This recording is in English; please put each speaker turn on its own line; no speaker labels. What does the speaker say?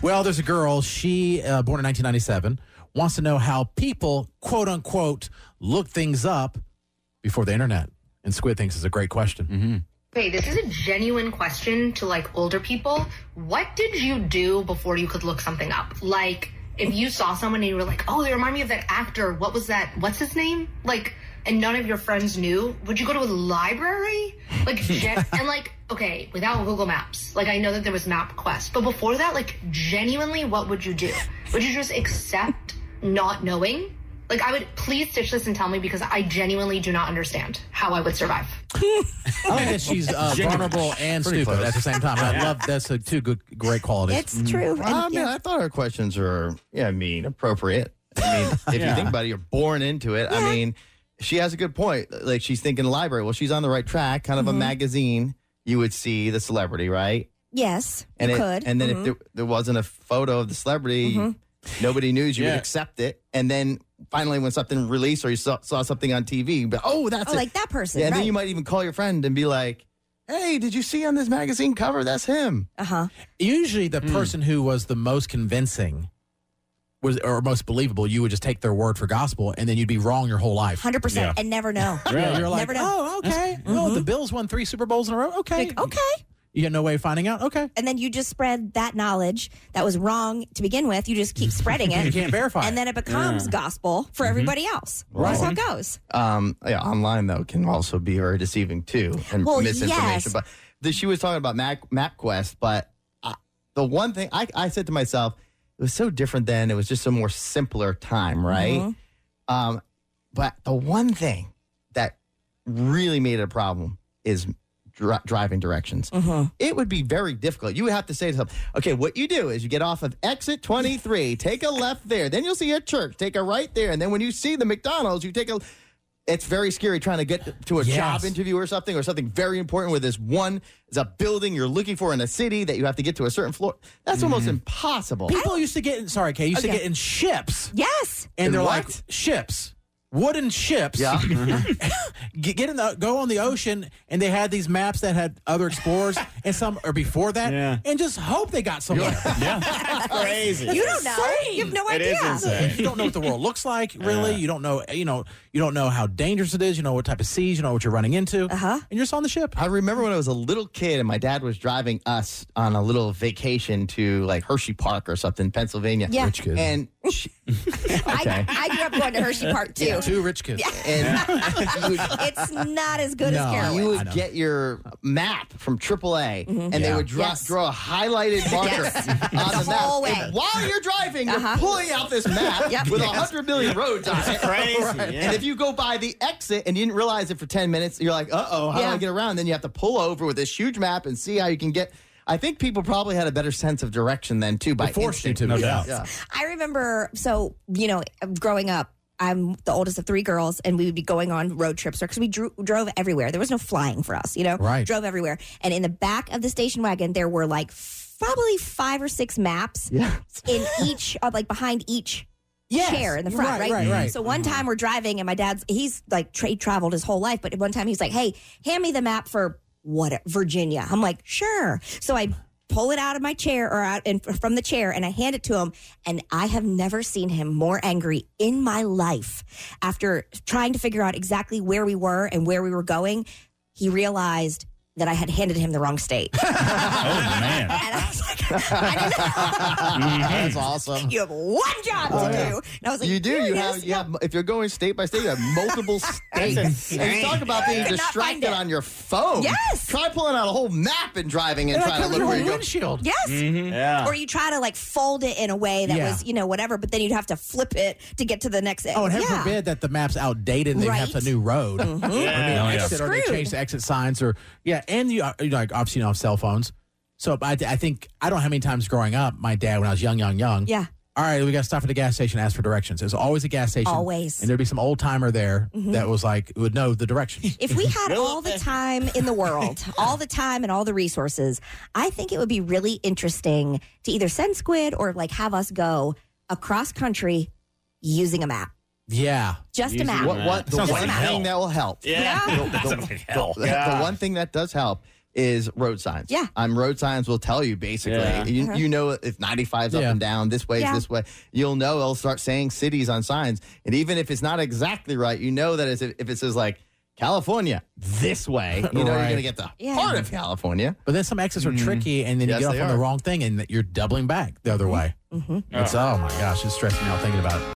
Well, there's a girl. She, uh, born in 1997, wants to know how people, quote unquote, look things up before the internet. And Squid thinks is a great question.
Mm-hmm.
Okay, this is a genuine question to like older people. What did you do before you could look something up? Like, if you saw someone and you were like, oh, they remind me of that actor, what was that? What's his name? Like, and none of your friends knew, would you go to a library? Like, gen- and like, okay, without Google Maps, like, I know that there was MapQuest, but before that, like, genuinely, what would you do? Would you just accept not knowing? Like, I would please stitch this and tell me because I genuinely do not understand how I would survive.
I think that she's uh, vulnerable and
Pretty
stupid
close.
at the same time. I love that's uh, two good, great qualities. Mm-hmm.
It's true. And,
Mm-hmm. I
you
mean,
know,
Oh, I thought our questions were, yeah, I mean, appropriate. I mean, if you think about it, you're born into it. I mean, she has a good point. Like she's thinking library. Well, she's on the right track. Kind of
Mm-hmm.
a magazine. You would see the celebrity, right?
yes,
And
you
it-
could.
And then
Mhm.
if there, there wasn't a photo of the celebrity,
Mm-hmm.
nobody knew. You
Yeah.
would accept it. And then finally, when something released or you saw, saw something on TV, but oh, that's
oh,
it.
like that person,
yeah, and
right?
then you might even call your friend and be like, "Hey, did you see on this magazine cover? That's him."
uh huh.
Usually, the
Mm.
person who was the most convincing was or most believable, you would just take their word for gospel, and then you'd be wrong your whole life.
Hundred percent, and never know.
Yeah, you're like,
Never
oh,
know. Mm-hmm.
okay. Well, the Bills won three Super Bowls in a row.
"Oh,
Okay,
Like, okay.
You got no way of finding out. Okay,
And then you just spread that knowledge that was wrong to begin with. You just keep spreading it.
you can't verify.
and then it becomes gospel
Mm-hmm.
for everybody else. That's how it goes.
um, yeah, online though can also be very deceiving too and
Well,
misinformation.
yes.
But the, she was talking about Mac, MapQuest, but I, the one thing I, I said to myself, it was so different then. It was just a more simpler time, right?
Mm-hmm.
Um, but the one thing that really made it a problem is dri- driving directions. It would be very difficult. You would have to say to them, okay, what you do is you get off of exit 23, take a left there, then you'll see a church, take a right there, and then when you see the McDonald's, you take a. It's very scary trying to get to a
Yes.
job interview or something or something very important where this one is a building you're looking for in a city that you have to get to a certain floor. That's almost impossible.
people used to get in, sorry, Kay, used to
Okay.
get in ships,
Yes.
and
In
they're
what?
like ships, wooden ships.
Yeah.
get, get in the go on the ocean, and they had these maps that had other explorers and some or before that,
Yeah.
and just hope they got somewhere.
Yeah. Crazy.
You don't know. You have no
It
idea.
is insane.
you don't know what the world looks like, really. You don't know, you know, you don't know how dangerous it is. You know what type of seas, you know what you're running into,
Uh-huh.
and you're just on the ship.
I remember when I was a little kid and my dad was driving us on a little vacation to like Hershey Park or something, Pennsylvania.
Yeah. Rich
kids.
And she,
I, I grew up going to Hershey Park too.
Two rich kids.
and you would-
It's not as good
No.
as
you,
Carolyn.
I
would
know.
get your map from AAA and they
Yeah.
would draw,
Mm-hmm. Yes.
draw a highlighted marker
Yes.
on the, map.
whole way.
And while you're driving,
Uh-huh.
you're pulling out this map
Yep.
with a 100 million roads on it.
Crazy. Yeah.
And if you go by the exit and you didn't realize it for 10 minutes, you're like, uh oh, how do
Yeah.
I get around? Then you have to pull over with this huge map and see how you can get. I think people probably had a better sense of direction then, too, by
They forced you
instinct.
to, no
Yeah.
doubt.
Yeah.
I remember, so, you know, growing up, I'm the oldest of three girls, and we would be going on road trips because we drew, drove everywhere. There was no flying for us, you know?
Right.
Drove everywhere. And in the back of the station wagon, there were like f- probably five or six maps
Yeah.
in each, uh, like behind each chair in the front, right?
Right, right, right.
So one time we're driving, and my dad's, he's like trade traveled his whole life, but one time he's like, hey, hand me the map for what, Virginia? I'm like, sure. So I pull it out of my chair or out and from the chair and I hand it to him and I have never seen him more angry in my life after trying to figure out exactly where we were and where we were going he realized that I had handed him the wrong state and
Oh, man.
I was like I didn't
That's awesome.
you have one job to do and I was like
Oh, You do.
"Here
You
it
have,
is."
you have. If you're going state by state, you have multiple states. and you talk about being
could not find
distracted
it.
on your phone.
Yes.
Try pulling out a whole map and driving and
And I
trying to
covered
look
your
where you
whole
go.
windshield.
yes
Yeah.
or you try to like fold it in a way that
Mm-hmm. Yeah.
was you know whatever but then you'd have to flip it to get to the next
Oh, and heaven
yeah.
forbid that the map's outdated and they have a
Right. Mm-hmm.
new road. Or new
Yeah. Yeah.
exit, or they
Screwed.
change the exit signs, or yeah, and you, you know, like obviously you don't have cell phones. So I, I think I don't know how many times growing up, my dad when I was young, young, young,
yeah
all right, we got to stop at a gas station, ask for directions. There's always a gas station.
Always. Mm-hmm.
And there'd be some old timer there that was like, would know the directions.
If we had all
eh.
the time in the world, all the time and all the resources, I think it would be really interesting to either send Squid or like have us go across country using a map.
yeah.
Just a
Using
map.
What? What? The
Sounds
one
like
thing
hell.
that will help.
Yeah.
The, the-
Sounds like hell.
the- the
Yeah.
one thing that does help is road signs.
Yeah. Uh-huh.
Um, road signs will tell you basically.
Yeah.
You, you know if 95's up
Yeah.
and down, this way
Yeah.
is this way. You'll know it'll start saying cities on signs. And even if it's not exactly right, you know that it's, if it says like California this way, you know you're
Right.
going to get the
Yeah.
part of California.
But then some exits are tricky, and then
Yes,
you get
they
off on
are.
the wrong thing, and you're doubling back the other way.
Mm-hmm.
It's oh my gosh, it's stressing me out thinking about it.